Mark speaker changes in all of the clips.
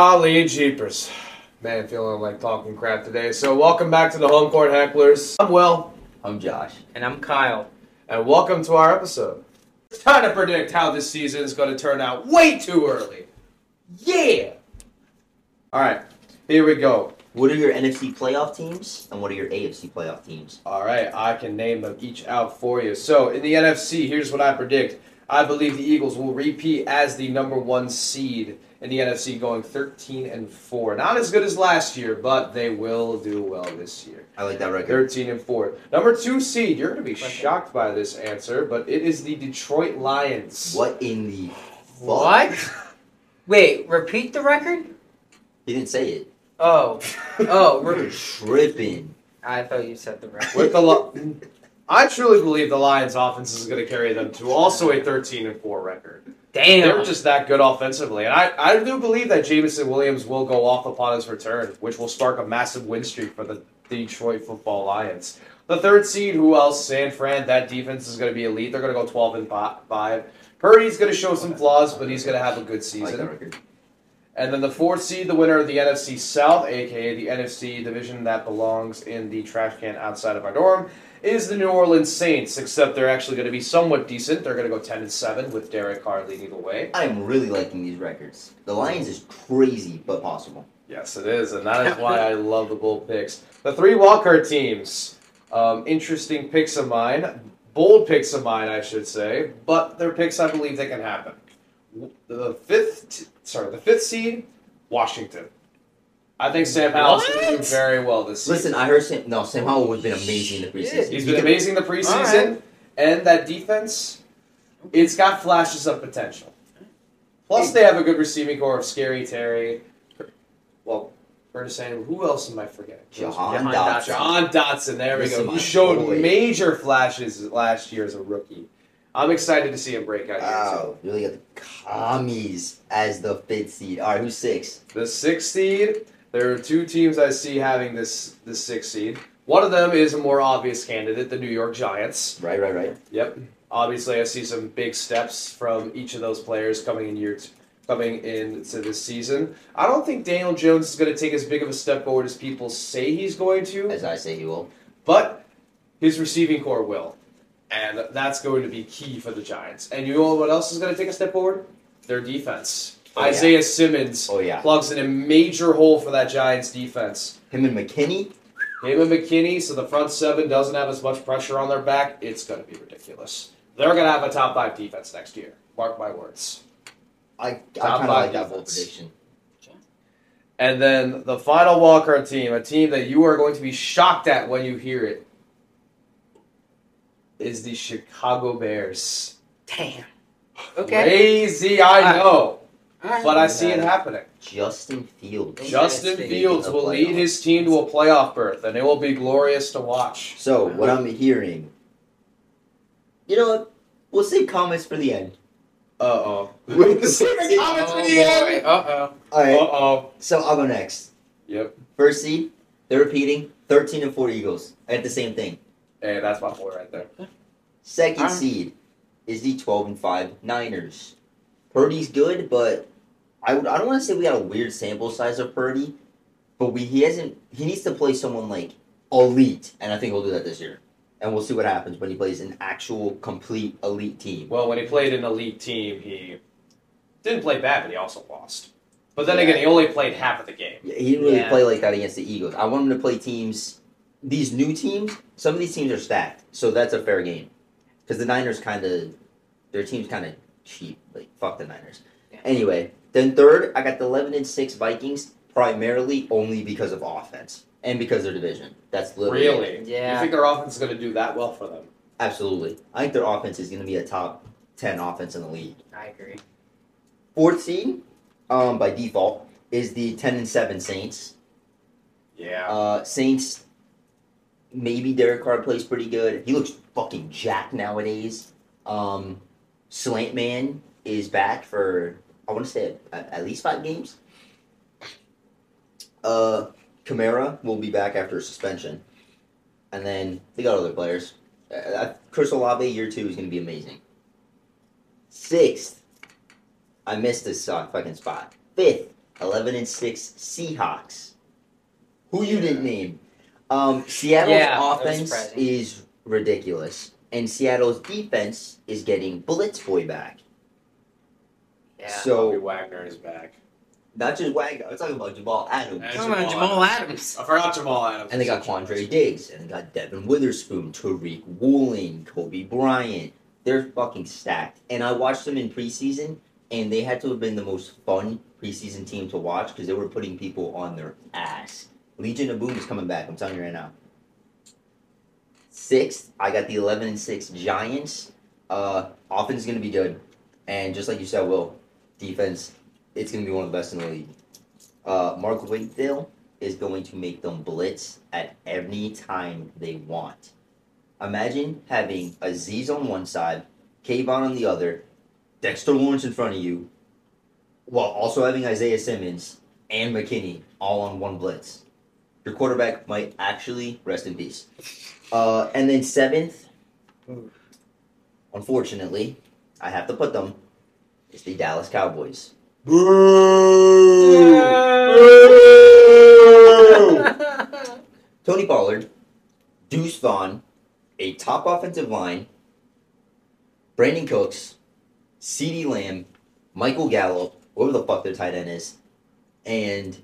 Speaker 1: Golly jeepers. Man, feeling like talking crap today. So welcome back to the Home Court Hecklers. I'm Will.
Speaker 2: I'm Josh.
Speaker 3: And I'm Kyle.
Speaker 1: And welcome to our episode. It's time to predict how this season is going to turn out way too early. Yeah! Alright, here we go.
Speaker 2: What are your NFC playoff teams and what are your AFC playoff teams?
Speaker 1: All right, I can name them each out for you. So in the NFC, here's what I predict. I believe the Eagles will repeat as the number one seed in the NFC, going 13 and four. Not as good as last year, but they will do well this year.
Speaker 2: I like that record.
Speaker 1: 13 and four. Number two seed. You're going to be
Speaker 3: Okay.
Speaker 1: shocked by this answer, but it is the Detroit Lions.
Speaker 2: What in the fuck?
Speaker 3: Wait, repeat the record?
Speaker 2: He didn't say it.
Speaker 3: Oh, oh, re-
Speaker 2: You're tripping.
Speaker 3: I thought you said the record.
Speaker 1: With the li- I truly believe the Lions' offense is going to carry them to also a 13 and four record. They
Speaker 3: Damn.
Speaker 1: were just that good offensively. And I, I do believe that Jamison Williams will go off upon his return, which will spark a massive win streak for the Detroit football Lions. The third seed, who else? San Fran. That defense is going to be elite. They're going to go 12 and fi- 5. Purdy's going to show some flaws, but he's going to have a good
Speaker 2: I like that
Speaker 1: season.
Speaker 2: record.
Speaker 1: And then the fourth seed, the winner of the NFC South, aka the NFC division that belongs in the trash can outside of our dorm, is the New Orleans Saints, except they're actually going to be somewhat decent. They're going to go 10 and 7 with Derek Carr leading the way.
Speaker 2: I am really liking these records. The Lions is crazy but possible.
Speaker 1: Yes, it is, and that is why I love the bold picks. The three Walker teams, um, interesting picks of mine, bold picks of mine, I should say, but they're picks I believe that can happen. W- The fifth, t- sorry, the fifth seed, Washington. I think Sam Howell's doing
Speaker 3: What?
Speaker 1: very well this season.
Speaker 2: Listen, I heard Sam. No, Sam Howell has been amazing in the
Speaker 3: Shit.
Speaker 2: preseason.
Speaker 1: He's
Speaker 2: He
Speaker 1: been
Speaker 2: could-
Speaker 1: amazing the preseason, and that defense, it's got flashes of potential. Plus, they have a good receiving core of Scary Terry. Well, Curtis Samuel. Who else am I forgetting?
Speaker 2: Jahan
Speaker 3: Jahan
Speaker 2: Dotson.
Speaker 3: Dotson.
Speaker 1: John Dotson. There we
Speaker 2: Listen,
Speaker 1: go.
Speaker 2: my
Speaker 1: He showed
Speaker 2: boy.
Speaker 1: major flashes last year as a rookie. I'm excited to see him break out here too.
Speaker 2: Wow, really got the commies as the fifth seed. All right, who's six?
Speaker 1: The sixth seed. There are two teams I see having this the sixth seed. One of them is a more obvious candidate, the New York Giants.
Speaker 2: Right, right, right.
Speaker 1: Yep. Obviously, I see some big steps from each of those players coming in year t- coming into this season. I don't think Daniel Jones is going to take as big of a step forward as people say he's going to,
Speaker 2: As I say, he will.
Speaker 1: but his receiving core will, and that's going to be key for the Giants. And you know what else is going to take a step forward? Their defense.
Speaker 2: Oh, yeah.
Speaker 1: Isaiah Simmons
Speaker 2: Oh yeah,
Speaker 1: plugs in a major hole for that Giants defense.
Speaker 2: him and McKinney.
Speaker 1: Him and McKinney, so the front seven doesn't have as much pressure on their back. It's going to be ridiculous. They're going to have a top five defense next year. Mark my words.
Speaker 2: I, I
Speaker 1: Top
Speaker 2: kind of
Speaker 1: five
Speaker 2: like that bold
Speaker 1: defense.
Speaker 2: prediction.
Speaker 1: And then the final Walker team, a team that you are going to be shocked at when you hear it, is the Chicago Bears.
Speaker 3: Damn. Okay.
Speaker 1: Crazy, I know,
Speaker 3: Alright.
Speaker 1: but I see it happening.
Speaker 2: Justin Fields.
Speaker 1: Justin
Speaker 3: Interesting.
Speaker 1: Fields will lead his team to a playoff berth, and it will be glorious to watch.
Speaker 2: So what I'm hearing, you know what? We'll save comments for the end.
Speaker 1: Uh oh.
Speaker 2: Wait,
Speaker 1: Saving comments for
Speaker 3: oh,
Speaker 1: the end.
Speaker 3: boy. Uh-oh.
Speaker 2: All
Speaker 1: Uh
Speaker 2: right.
Speaker 1: oh.
Speaker 2: So I'll go next.
Speaker 1: Yep.
Speaker 2: First seed, they're repeating 13 and 4 Eagles. I had the same thing.
Speaker 1: Hey, Eh, that's my boy right there.
Speaker 2: Second
Speaker 3: All right.
Speaker 2: seed is the 12 and 5 Niners. Purdy's good, but I would I don't want to say we got a weird sample size of Purdy, but we he hasn't he needs to play someone like elite, and I think he'll do that this year. And we'll see what happens when he plays an actual complete elite team.
Speaker 1: Well, when he played an elite team, he didn't play bad, but he also lost. But then
Speaker 2: Yeah.
Speaker 1: again, he only played half of the game.
Speaker 2: Yeah, He didn't really
Speaker 3: Yeah.
Speaker 2: play like that against the Eagles. I want him to play teams. These new teams, some of these teams are stacked, so that's a fair game. Because the Niners kind of, their team's kind of cheap. Like fuck the Niners.
Speaker 3: Yeah.
Speaker 2: Anyway, then third, I got the eleven and six Vikings, primarily only because of offense and because of their division. That's literally it.
Speaker 1: Really? You
Speaker 3: Yeah.
Speaker 1: think their offense is going to do that well for them?
Speaker 2: absolutely. I think their offense is going to be a top ten offense in the league.
Speaker 3: I agree.
Speaker 2: Fourth seed, um, by default, is the ten and seven Saints.
Speaker 1: Yeah.
Speaker 2: Uh, Saints, maybe Derek Carr plays pretty good. He looks fucking jacked nowadays. Um, Slant Man is back for, I want to say, at, at least five games. Uh, Kamara will be back after suspension. And then they got other players. Uh, Uh, Chris Olave, year two, is going to be amazing. Sixth, I missed this uh, fucking spot. Fifth, Eleven and six Seahawks. Who you didn't name. Um, Seattle's
Speaker 3: Yeah, that was
Speaker 2: offense
Speaker 3: surprising.
Speaker 2: is ridiculous, and Seattle's defense is getting Blitz Boy back.
Speaker 3: Yeah.
Speaker 1: Bobby
Speaker 2: So
Speaker 1: Wagner is back.
Speaker 2: not just Wagner, I'm talking about Jamal Adams.
Speaker 1: And
Speaker 3: Come on,
Speaker 1: Jamal
Speaker 3: Jamal Adams.
Speaker 1: I forgot Jamal Adams.
Speaker 2: And they got Quandre Diggs, and they got Devin Witherspoon, Tariq Woolen, Kobe Bryant. They're fucking stacked. And I watched them in preseason, and they had to have been the most fun preseason team to watch because they were putting people on their ass. Legion of Boom is coming back. I'm telling you right now. Sixth, I got the 11 and six Giants. Uh, offense is gonna be good, and just like you said, Will, defense, it's gonna be one of the best in the league. Uh, Mark Wakefield is going to make them blitz at any time they want. Imagine having Aziz on one side, Kayvon on the other, Dexter Lawrence in front of you, while also having Isaiah Simmons and McKinney all on one blitz. Your quarterback might actually rest in peace. Uh, and then seventh,
Speaker 3: Ooh.
Speaker 2: unfortunately, I have to put them, is the Dallas Cowboys.
Speaker 1: Boo!
Speaker 2: Tony Pollard, Deuce Vaughn, a top offensive line, Brandon Cooks, CeeDee Lamb, Michael Gallup, whoever the fuck their tight end is, and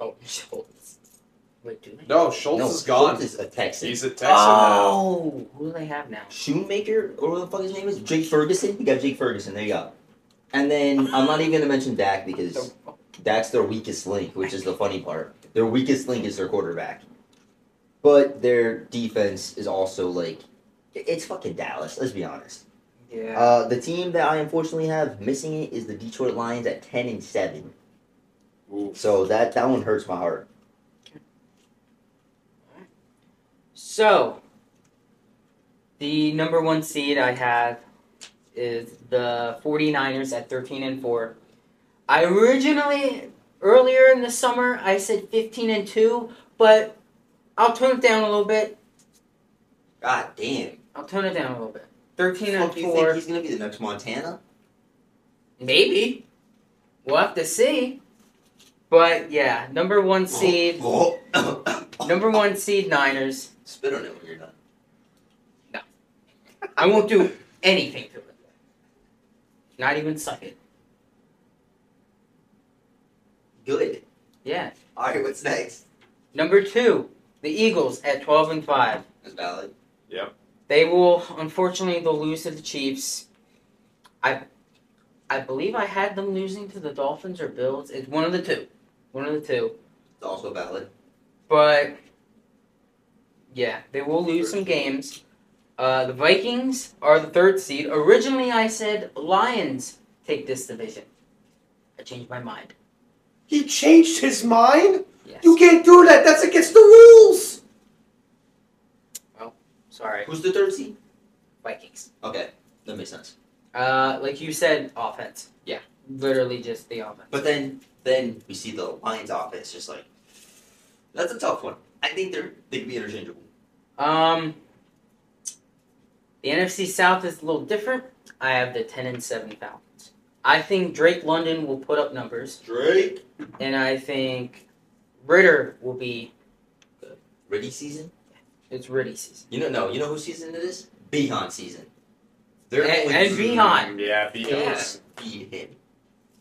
Speaker 3: oh, Schultz. Wait, do they?
Speaker 1: No, Schultz
Speaker 2: no,
Speaker 1: is gone.
Speaker 2: Schultz is a Texan.
Speaker 1: He's a Texan now.
Speaker 3: Oh, who do they have now?
Speaker 2: Shoemaker, or whatever the fuck his name is, Jake Ferguson. You got Jake Ferguson. There you go. And then I'm not even gonna mention Dak because that's their weakest link, which is the funny part. Their weakest link is their quarterback. But their defense is also like it's fucking Dallas, let's be honest.
Speaker 3: Yeah.
Speaker 2: Uh, the team that I unfortunately have missing it is the Detroit Lions at ten and seven.
Speaker 1: Ooh.
Speaker 2: So that that one hurts my heart.
Speaker 3: So, the number one seed I have is the 49ers at 13 and 4. I originally, earlier in the summer, I said 15 and 2, but I'll tone it down a little bit.
Speaker 2: God damn.
Speaker 3: I'll tone it down a little bit. 13 and
Speaker 2: Fuck, you think
Speaker 3: 4.
Speaker 2: he's gonna be the next Montana?
Speaker 3: Maybe. We'll have to see. But yeah, number one seed, number one seed Niners.
Speaker 2: Spit on it when you're done.
Speaker 3: I won't do anything to it. Not even suck it.
Speaker 2: Good.
Speaker 3: Yeah.
Speaker 2: Alright, what's next?
Speaker 3: Number two, the Eagles at 12 and 5.
Speaker 2: That's valid.
Speaker 3: They will, unfortunately, they'll lose to the Chiefs. I, I believe I had them losing to the Dolphins or Bills. It's one of the two. One of the two.
Speaker 2: It's also valid.
Speaker 3: But, yeah, they will lose some games. Uh, the Vikings are the third seed. Originally, I said Lions take this division. I changed my mind.
Speaker 1: He changed his mind?
Speaker 3: Yes.
Speaker 1: can't do that. That's against the rules.
Speaker 3: Sorry,
Speaker 2: Who's the third seed?
Speaker 3: Vikings.
Speaker 2: Okay, that makes sense.
Speaker 3: Uh, like you said, offense.
Speaker 2: Yeah.
Speaker 3: Literally just the offense.
Speaker 2: But then then we see the Lions offense just like that's a tough one. I think they're they could be interchangeable.
Speaker 3: Um, the NFC South is a little different. I have the ten and seven Falcons. I think Drake London will put up numbers,
Speaker 2: Drake.
Speaker 3: and I think Ritter will be.
Speaker 2: Ready season?
Speaker 3: It's Ritty season.
Speaker 2: You know no, you know who season it is? Behan season. They're
Speaker 3: And-
Speaker 2: going
Speaker 3: and
Speaker 2: to
Speaker 3: Behan.
Speaker 1: Yeah, because
Speaker 3: Yes.
Speaker 2: Feed him.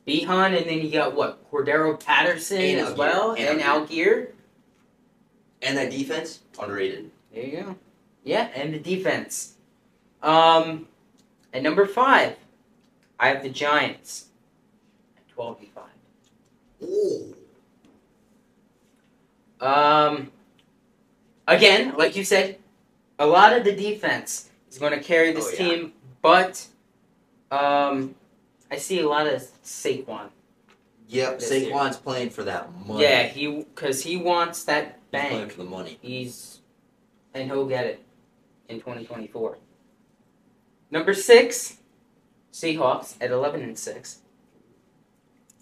Speaker 3: Behan, and then you got what Cordero Patterson
Speaker 2: And
Speaker 3: as
Speaker 2: Algier.
Speaker 3: well,
Speaker 2: And
Speaker 3: and Algier.
Speaker 2: And that defense, underrated.
Speaker 3: There you go. Yeah, and the defense. Um, at number five, I have the Giants at twelve and five.
Speaker 2: Ooh.
Speaker 3: Um, again, like you said, a lot of the defense is going to carry this
Speaker 2: Oh, yeah.
Speaker 3: team, but um, I see a lot of Saquon.
Speaker 2: Yep,
Speaker 3: This year.
Speaker 2: Saquon's playing for that money.
Speaker 3: Yeah, he because he wants that
Speaker 2: He's playing
Speaker 3: bank.
Speaker 2: for the money.
Speaker 3: He's and he'll get it in 2024. Number six, Seahawks at 11 and six.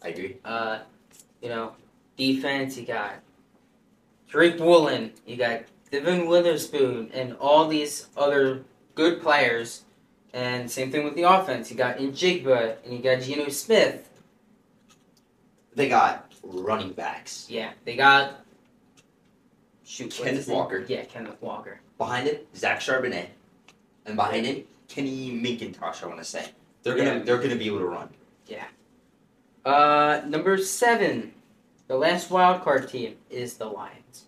Speaker 2: I agree.
Speaker 3: Uh, you know, defense, you got Drake Woolen, you got Devin Witherspoon, and all these other good players. And same thing with the offense. You got Njigba, and you got Geno Smith.
Speaker 2: They got running backs.
Speaker 3: Yeah, they got. Shoot, what's
Speaker 2: Kenneth
Speaker 3: his name?
Speaker 2: Walker.
Speaker 3: Yeah, Kenneth Walker.
Speaker 2: Behind him, Zach Charbonnet, and behind him, Kenny McIntosh. I want to say they're gonna
Speaker 3: Yeah.
Speaker 2: they're gonna be able to run.
Speaker 3: Uh, number seven, the last wild card team is the Lions,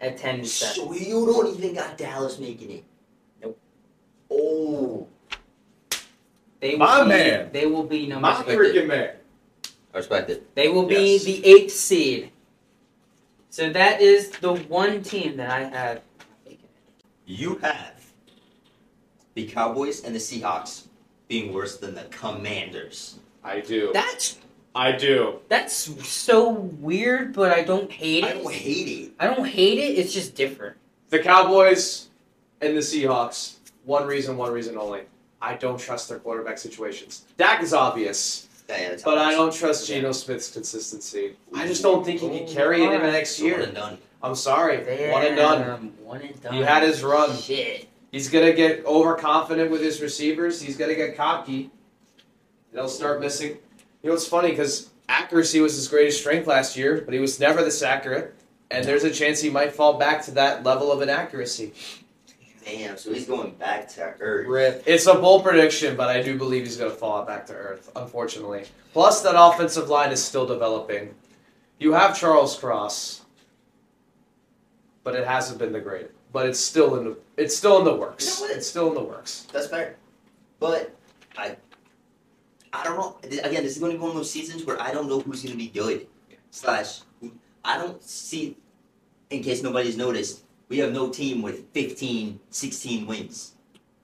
Speaker 3: at ten and seven.
Speaker 2: So you don't even got Dallas making it.
Speaker 3: Nope.
Speaker 2: Oh,
Speaker 3: They will
Speaker 1: My
Speaker 3: be,
Speaker 1: man.
Speaker 3: They will be number.
Speaker 1: My freaking man.
Speaker 2: I respect it.
Speaker 3: They will be
Speaker 1: Yes.
Speaker 3: the eighth seed. So that is the one team that I have.
Speaker 2: You have the Cowboys and the Seahawks being worse than the Commanders.
Speaker 1: I do.
Speaker 3: That's
Speaker 1: I do.
Speaker 3: that's so weird, but I don't hate
Speaker 2: I
Speaker 3: it.
Speaker 2: don't hate it.
Speaker 3: I don't hate it. It's just different.
Speaker 1: The Cowboys and the Seahawks. One reason, one reason only. I don't trust their quarterback situations. Dak is obvious,
Speaker 2: Yeah, that's
Speaker 1: but I
Speaker 2: obvious.
Speaker 1: don't trust Geno Smith's consistency. I just don't think he can carry it into next
Speaker 2: So one
Speaker 1: year.
Speaker 2: and done.
Speaker 1: I'm sorry. One and done.
Speaker 3: Damn, One and done.
Speaker 1: He had his run.
Speaker 3: Shit.
Speaker 1: He's gonna get overconfident with his receivers. He's gonna get cocky. They'll start missing. You know, it's funny because accuracy was his greatest strength last year, but he was never this accurate. And there's a chance he might fall back to that level of inaccuracy.
Speaker 2: Damn, so he's going back to Earth.
Speaker 1: Rip. It's a bold prediction, but I do believe he's gonna fall back to earth, unfortunately. Plus, that offensive line is still developing. You have Charles Cross, but it hasn't been the greatest. But it's still in the it's still in the works.
Speaker 2: You know what?
Speaker 1: It's still in the works.
Speaker 2: That's fair. But I I don't know. Th- Again, this is going to be one of those seasons where I don't know who's going to be good. Slash, who- I don't see, in case nobody's noticed, we have no team with 15, 16 wins.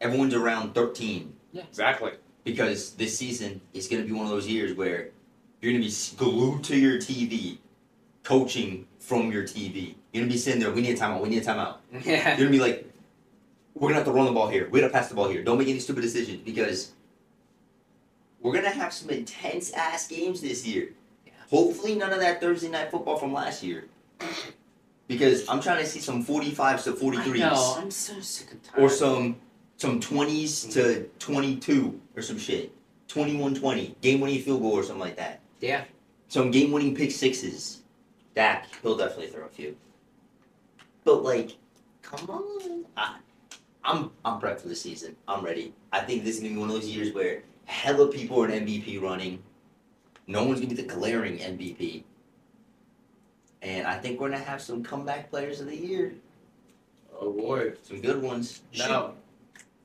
Speaker 2: Everyone's around 13
Speaker 1: Exactly.
Speaker 2: because this season is going to be one of those years where you're going to be s- glued to your TV, coaching from your TV. You're going to be sitting there, we need a timeout, we need a timeout.
Speaker 3: Yeah.
Speaker 2: You're gonna be like, we're gonna have to run the ball here. We're gonna pass the ball here. Don't make any stupid decisions because we're gonna have some intense ass games this year.
Speaker 3: Yeah.
Speaker 2: Hopefully, none of that Thursday night football from last year. Because I'm trying to see some 45s to
Speaker 3: I know.
Speaker 2: 43s
Speaker 3: I'm so sick and tired.
Speaker 2: or some some 20s to 22 or some shit. 21-20, game-winning field goal or something like that.
Speaker 3: Yeah.
Speaker 2: Some game-winning pick sixes. Dak, he'll definitely throw a few. But like, come on, I, I'm I'm prepped for the season. I'm ready. I think this is gonna be one of those years where hella people are in MVP running. No one's gonna be the glaring MVP. And I think we're gonna have some comeback players of the year,
Speaker 1: Oh boy.
Speaker 2: some good ones.
Speaker 1: Now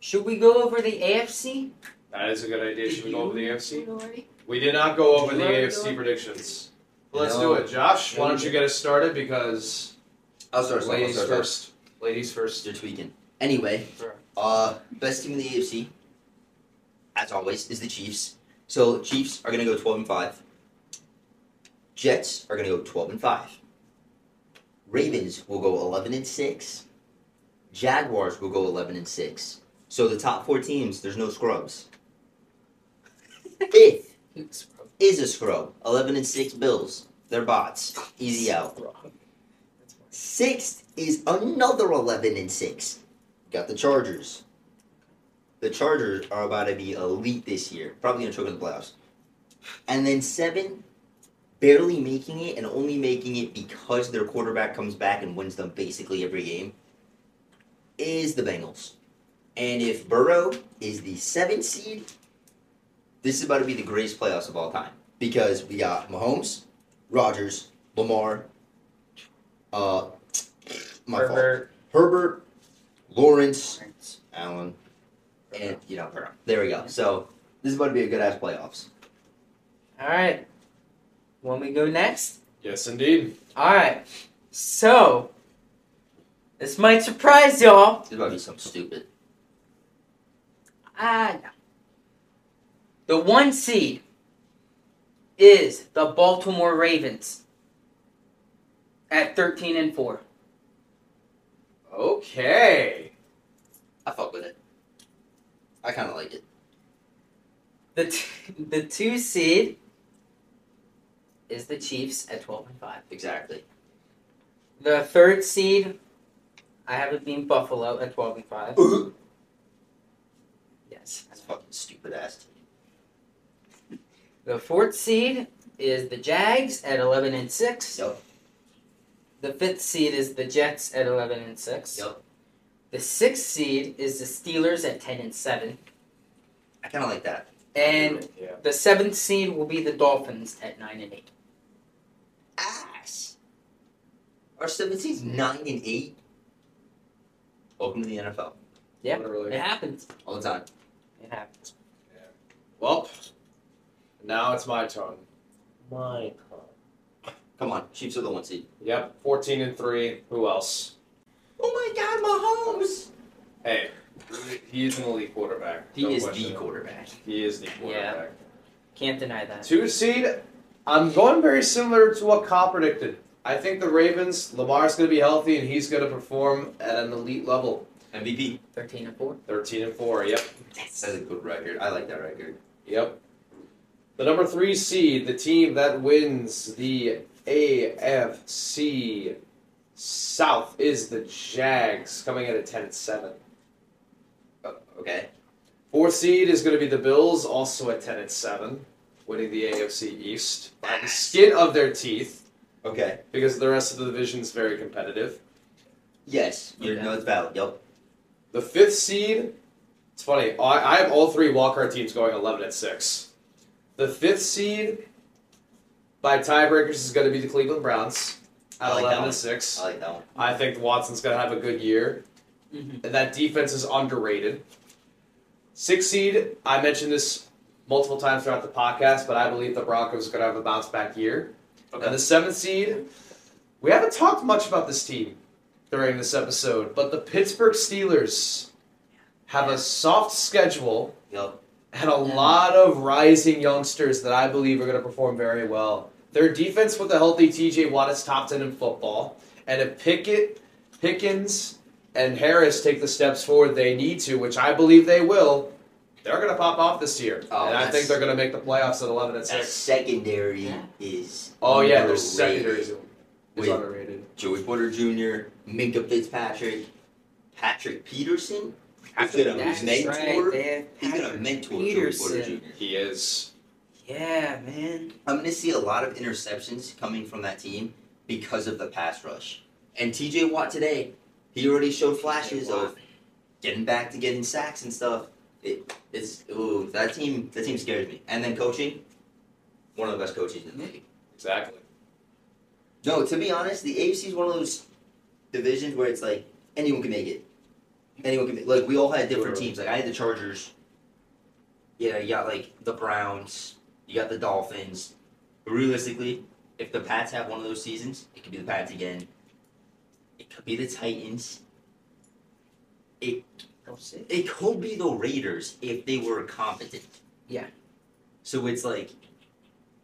Speaker 3: Should we go over the AFC?
Speaker 1: that is a good idea. Should we go over the AFC?
Speaker 3: already?
Speaker 1: We did not go over the
Speaker 3: Did you already
Speaker 1: AFC
Speaker 3: go?
Speaker 1: predictions. Let's
Speaker 2: No.
Speaker 1: do it, Josh. Why
Speaker 2: No, we
Speaker 1: don't you get us started? Because
Speaker 2: I'll start. I'll
Speaker 1: ladies
Speaker 2: start,
Speaker 1: first. Ladies first.
Speaker 2: You're tweaking. Anyway,
Speaker 3: Sure.
Speaker 2: uh, best team in the AFC, as always, is the Chiefs. So Chiefs are gonna go twelve and five. Jets are gonna go twelve and five. Ravens will go eleven and six. Jaguars will go eleven and six. So the top four teams, there's no scrubs. Fifth
Speaker 3: Oops, bro.
Speaker 2: is a scrub. Eleven and six Bills. They're bots. Easy out.
Speaker 3: That's fine.
Speaker 2: Sixth is another 11 and 6. Got the Chargers. The Chargers are about to be elite this year. Probably going to choke in the playoffs. And then seven, barely making it and only making it because their quarterback comes back and wins them basically every game, is the Bengals. And if Burrow is the seventh seed, this is about to be the greatest playoffs of all time because we got Mahomes, Rodgers, Lamar, uh, my fault.
Speaker 3: Herbert.
Speaker 2: Herbert, Lawrence,
Speaker 3: Lawrence.
Speaker 2: Allen, and you know, Burrow. There we go. So this is about to be a good ass playoffs.
Speaker 3: All right. When we go next?
Speaker 1: Yes, indeed.
Speaker 3: All right. So, this might surprise y'all.
Speaker 2: This is about to be something stupid.
Speaker 3: Ah, no. The one seed is the Baltimore Ravens at 13 and 4.
Speaker 1: Okay.
Speaker 2: I fuck with it. I kind of like it.
Speaker 3: The t- the two seed is the Chiefs at 12 and 5.
Speaker 2: Exactly.
Speaker 3: The third seed, I have it being Buffalo at 12 and 5.
Speaker 2: That's
Speaker 3: Yes.
Speaker 2: fucking stupid ass. team.
Speaker 3: The fourth seed is the Jags at eleven and six.
Speaker 2: Yep.
Speaker 3: The fifth seed is the Jets at eleven and six.
Speaker 2: Yep.
Speaker 3: The sixth seed is the Steelers at ten and seven,
Speaker 2: I kind of like that.
Speaker 3: and
Speaker 1: Yeah.
Speaker 3: the seventh seed will be the Dolphins at nine and eight.
Speaker 2: Ass. Our 17's nine and eight. Welcome to the NFL.
Speaker 3: Yeah.
Speaker 1: Literally.
Speaker 3: It happens.
Speaker 2: All the time.
Speaker 3: It happens.
Speaker 1: Well, now it's my turn. My turn.
Speaker 2: Come on, Chiefs are the one seed.
Speaker 1: Yep, 14 and 3. Who else?
Speaker 2: Oh my God, Mahomes.
Speaker 1: Hey, he is an elite quarterback.
Speaker 2: He
Speaker 1: No
Speaker 2: is
Speaker 1: question.
Speaker 2: the quarterback.
Speaker 1: He is the quarterback.
Speaker 3: Can't deny that.
Speaker 1: Two seed, I'm going very similar to what Kyle predicted. I think the Ravens, Lamar's going to be healthy and he's going to perform at an elite level.
Speaker 2: MVP.
Speaker 3: Thirteen and four.
Speaker 1: 13 and 4, yep.
Speaker 2: That's a good record. I like that record.
Speaker 1: Yep. The number three seed, the team that wins the AFC South, is the Jags, coming in at 10 7.
Speaker 2: Oh, okay.
Speaker 1: Fourth seed is going to be the Bills, also at 10 and 7, winning the AFC East by the skin of their teeth
Speaker 2: Okay.
Speaker 1: because the rest of the division is very competitive.
Speaker 2: Yes. You
Speaker 3: Okay.
Speaker 2: know it's valid. Yep.
Speaker 1: The fifth seed, it's funny, I, I have all three wildcard teams going 11 and 6. The fifth seed by tiebreakers is going to be the Cleveland Browns
Speaker 2: I
Speaker 1: at
Speaker 2: like that
Speaker 1: 11
Speaker 2: one.
Speaker 1: and 6.
Speaker 2: I like that one.
Speaker 1: I think Watson's going to have a good year.
Speaker 3: Mhm.
Speaker 1: And that defense is underrated. Six seed, I mentioned this multiple times throughout the podcast, but I believe the Broncos are going to have a bounce back year. And the seventh seed, we haven't talked much about this team during this episode, but the Pittsburgh Steelers have a soft schedule
Speaker 2: Yep.
Speaker 1: and a
Speaker 3: Yeah.
Speaker 1: lot of rising youngsters that I believe are going to perform very well. Their defense with a healthy TJ Watt is top 10 in football. And if Pickett, Pickens, and Harris take the steps forward they need to, which I believe they will, they're going to pop off this year.
Speaker 2: Oh,
Speaker 1: and I
Speaker 2: that's-
Speaker 1: think they're going to make the playoffs at 11 and
Speaker 2: That
Speaker 1: 6.
Speaker 2: secondary
Speaker 3: Yeah.
Speaker 2: is.
Speaker 1: Oh, yeah, their
Speaker 2: underrated.
Speaker 1: secondary is is
Speaker 2: Wait.
Speaker 1: underrated.
Speaker 2: Joey Porter Jr., Minka Fitzpatrick, Patrick Peterson. He's
Speaker 1: Patrick
Speaker 2: gonna
Speaker 3: That's
Speaker 2: mentor.
Speaker 3: right. They have
Speaker 2: He's gonna
Speaker 3: Patrick
Speaker 2: mentor Joey
Speaker 3: Peterson.
Speaker 2: Porter Jr.
Speaker 1: He is.
Speaker 3: Yeah, man.
Speaker 2: I'm gonna see a lot of interceptions coming from that team because of the pass rush. And TJ Watt today, he already showed flashes of getting back to getting sacks and stuff. It, it's ooh, that team that team scares me. And then coaching, one of the best coaches in the league.
Speaker 1: Exactly.
Speaker 2: No, to be honest, the AFC is one of those divisions where it's like anyone can make it. Anyone can make, like we all had different
Speaker 1: Literally.
Speaker 2: teams. Like I had the Chargers. Yeah, you got like the Browns. You got the Dolphins. Realistically, if the Pats have one of those seasons, it could be the Pats again. It could be the Titans.
Speaker 3: Go see.
Speaker 2: It could be the Raiders if they were competent.
Speaker 3: Yeah.
Speaker 2: So it's like,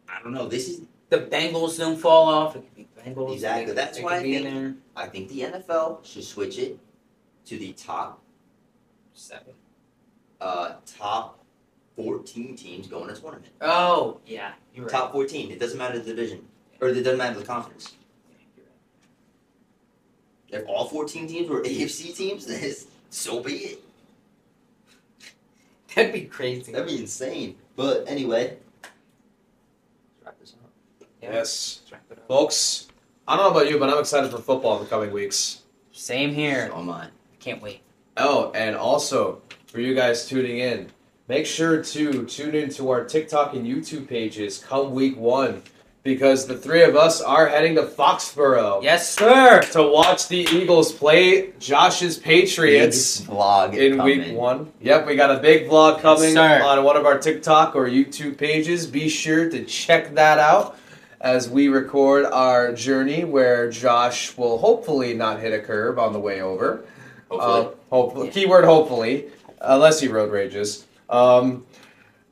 Speaker 2: I don't know. This is
Speaker 3: The Bengals don't fall off. It could be Bengals.
Speaker 2: Exactly.
Speaker 3: They-
Speaker 2: That's
Speaker 3: they
Speaker 2: why
Speaker 3: could
Speaker 2: I
Speaker 3: be in
Speaker 2: think-
Speaker 3: there.
Speaker 2: I think the NFL should switch it to the top
Speaker 3: Seven.
Speaker 2: uh, top fourteen teams go in a tournament.
Speaker 3: Oh yeah, you're right.
Speaker 2: Top fourteen. It doesn't matter the division, or it doesn't matter the conference. If all fourteen teams were AFC teams, then so be it.
Speaker 3: That'd be crazy.
Speaker 2: That'd be insane. But anyway, let's wrap this up.
Speaker 3: Yeah.
Speaker 1: Yes.
Speaker 3: Let's wrap it up.
Speaker 1: Folks, I don't know about you, but I'm excited for football in the coming weeks.
Speaker 3: Same here.
Speaker 2: So am I.
Speaker 3: Can't wait.
Speaker 1: Oh, and also for you guys tuning in, make sure to tune in to our TikTok and YouTube pages come week one because the three of us are heading to Foxborough
Speaker 3: Yes, sir.
Speaker 1: to watch the Eagles play Josh's Patriots.
Speaker 2: Big vlog
Speaker 1: In week
Speaker 2: coming.
Speaker 1: one. Yep, we got a big vlog coming
Speaker 3: sir.
Speaker 1: on one of our TikTok or YouTube pages. Be sure to check that out as we record our journey where Josh will hopefully not hit a curb on the way over.
Speaker 2: Hopefully.
Speaker 1: Uh, hopefully. Keyword hopefully, unless he road rages. Um,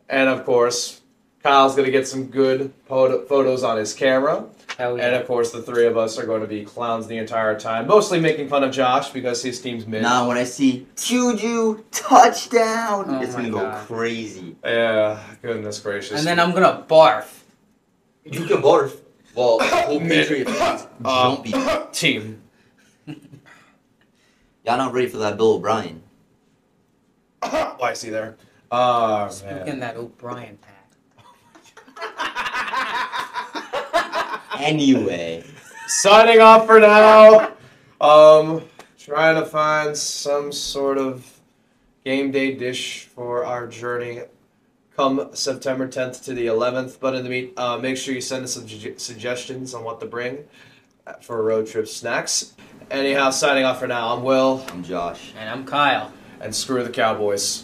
Speaker 1: and of course, Kyle's going to get some good photo- photos on his camera.
Speaker 3: Hell
Speaker 1: And
Speaker 3: Oh, yeah.
Speaker 1: of course, the three of us are going to be clowns the entire time, mostly making fun of Josh because his team's mid.
Speaker 2: now when I see Juju touchdown,
Speaker 3: Oh
Speaker 2: it's
Speaker 3: my
Speaker 2: gonna
Speaker 3: God.
Speaker 2: go crazy.
Speaker 1: Yeah, goodness gracious.
Speaker 3: And then I'm gonna barf.
Speaker 2: You can barf. Well, the whole
Speaker 1: Man.
Speaker 2: Patriot fans
Speaker 1: Uh,
Speaker 2: don't be. Y'all
Speaker 1: team.
Speaker 2: not ready for that Bill O'Brien.
Speaker 1: Why is he there? Oh, man.
Speaker 3: Smoking that O'Brien pack.
Speaker 2: anyway.
Speaker 1: Signing off for now. Um, trying to find some sort of game day dish for our journey come September 10th to the 11th. But in the meet, uh, make sure you send us some ju- suggestions on what to bring for road trip snacks. Anyhow, signing off for now. I'm Will,
Speaker 2: I'm Josh.
Speaker 3: And I'm Kyle.
Speaker 1: and screw the Cowboys.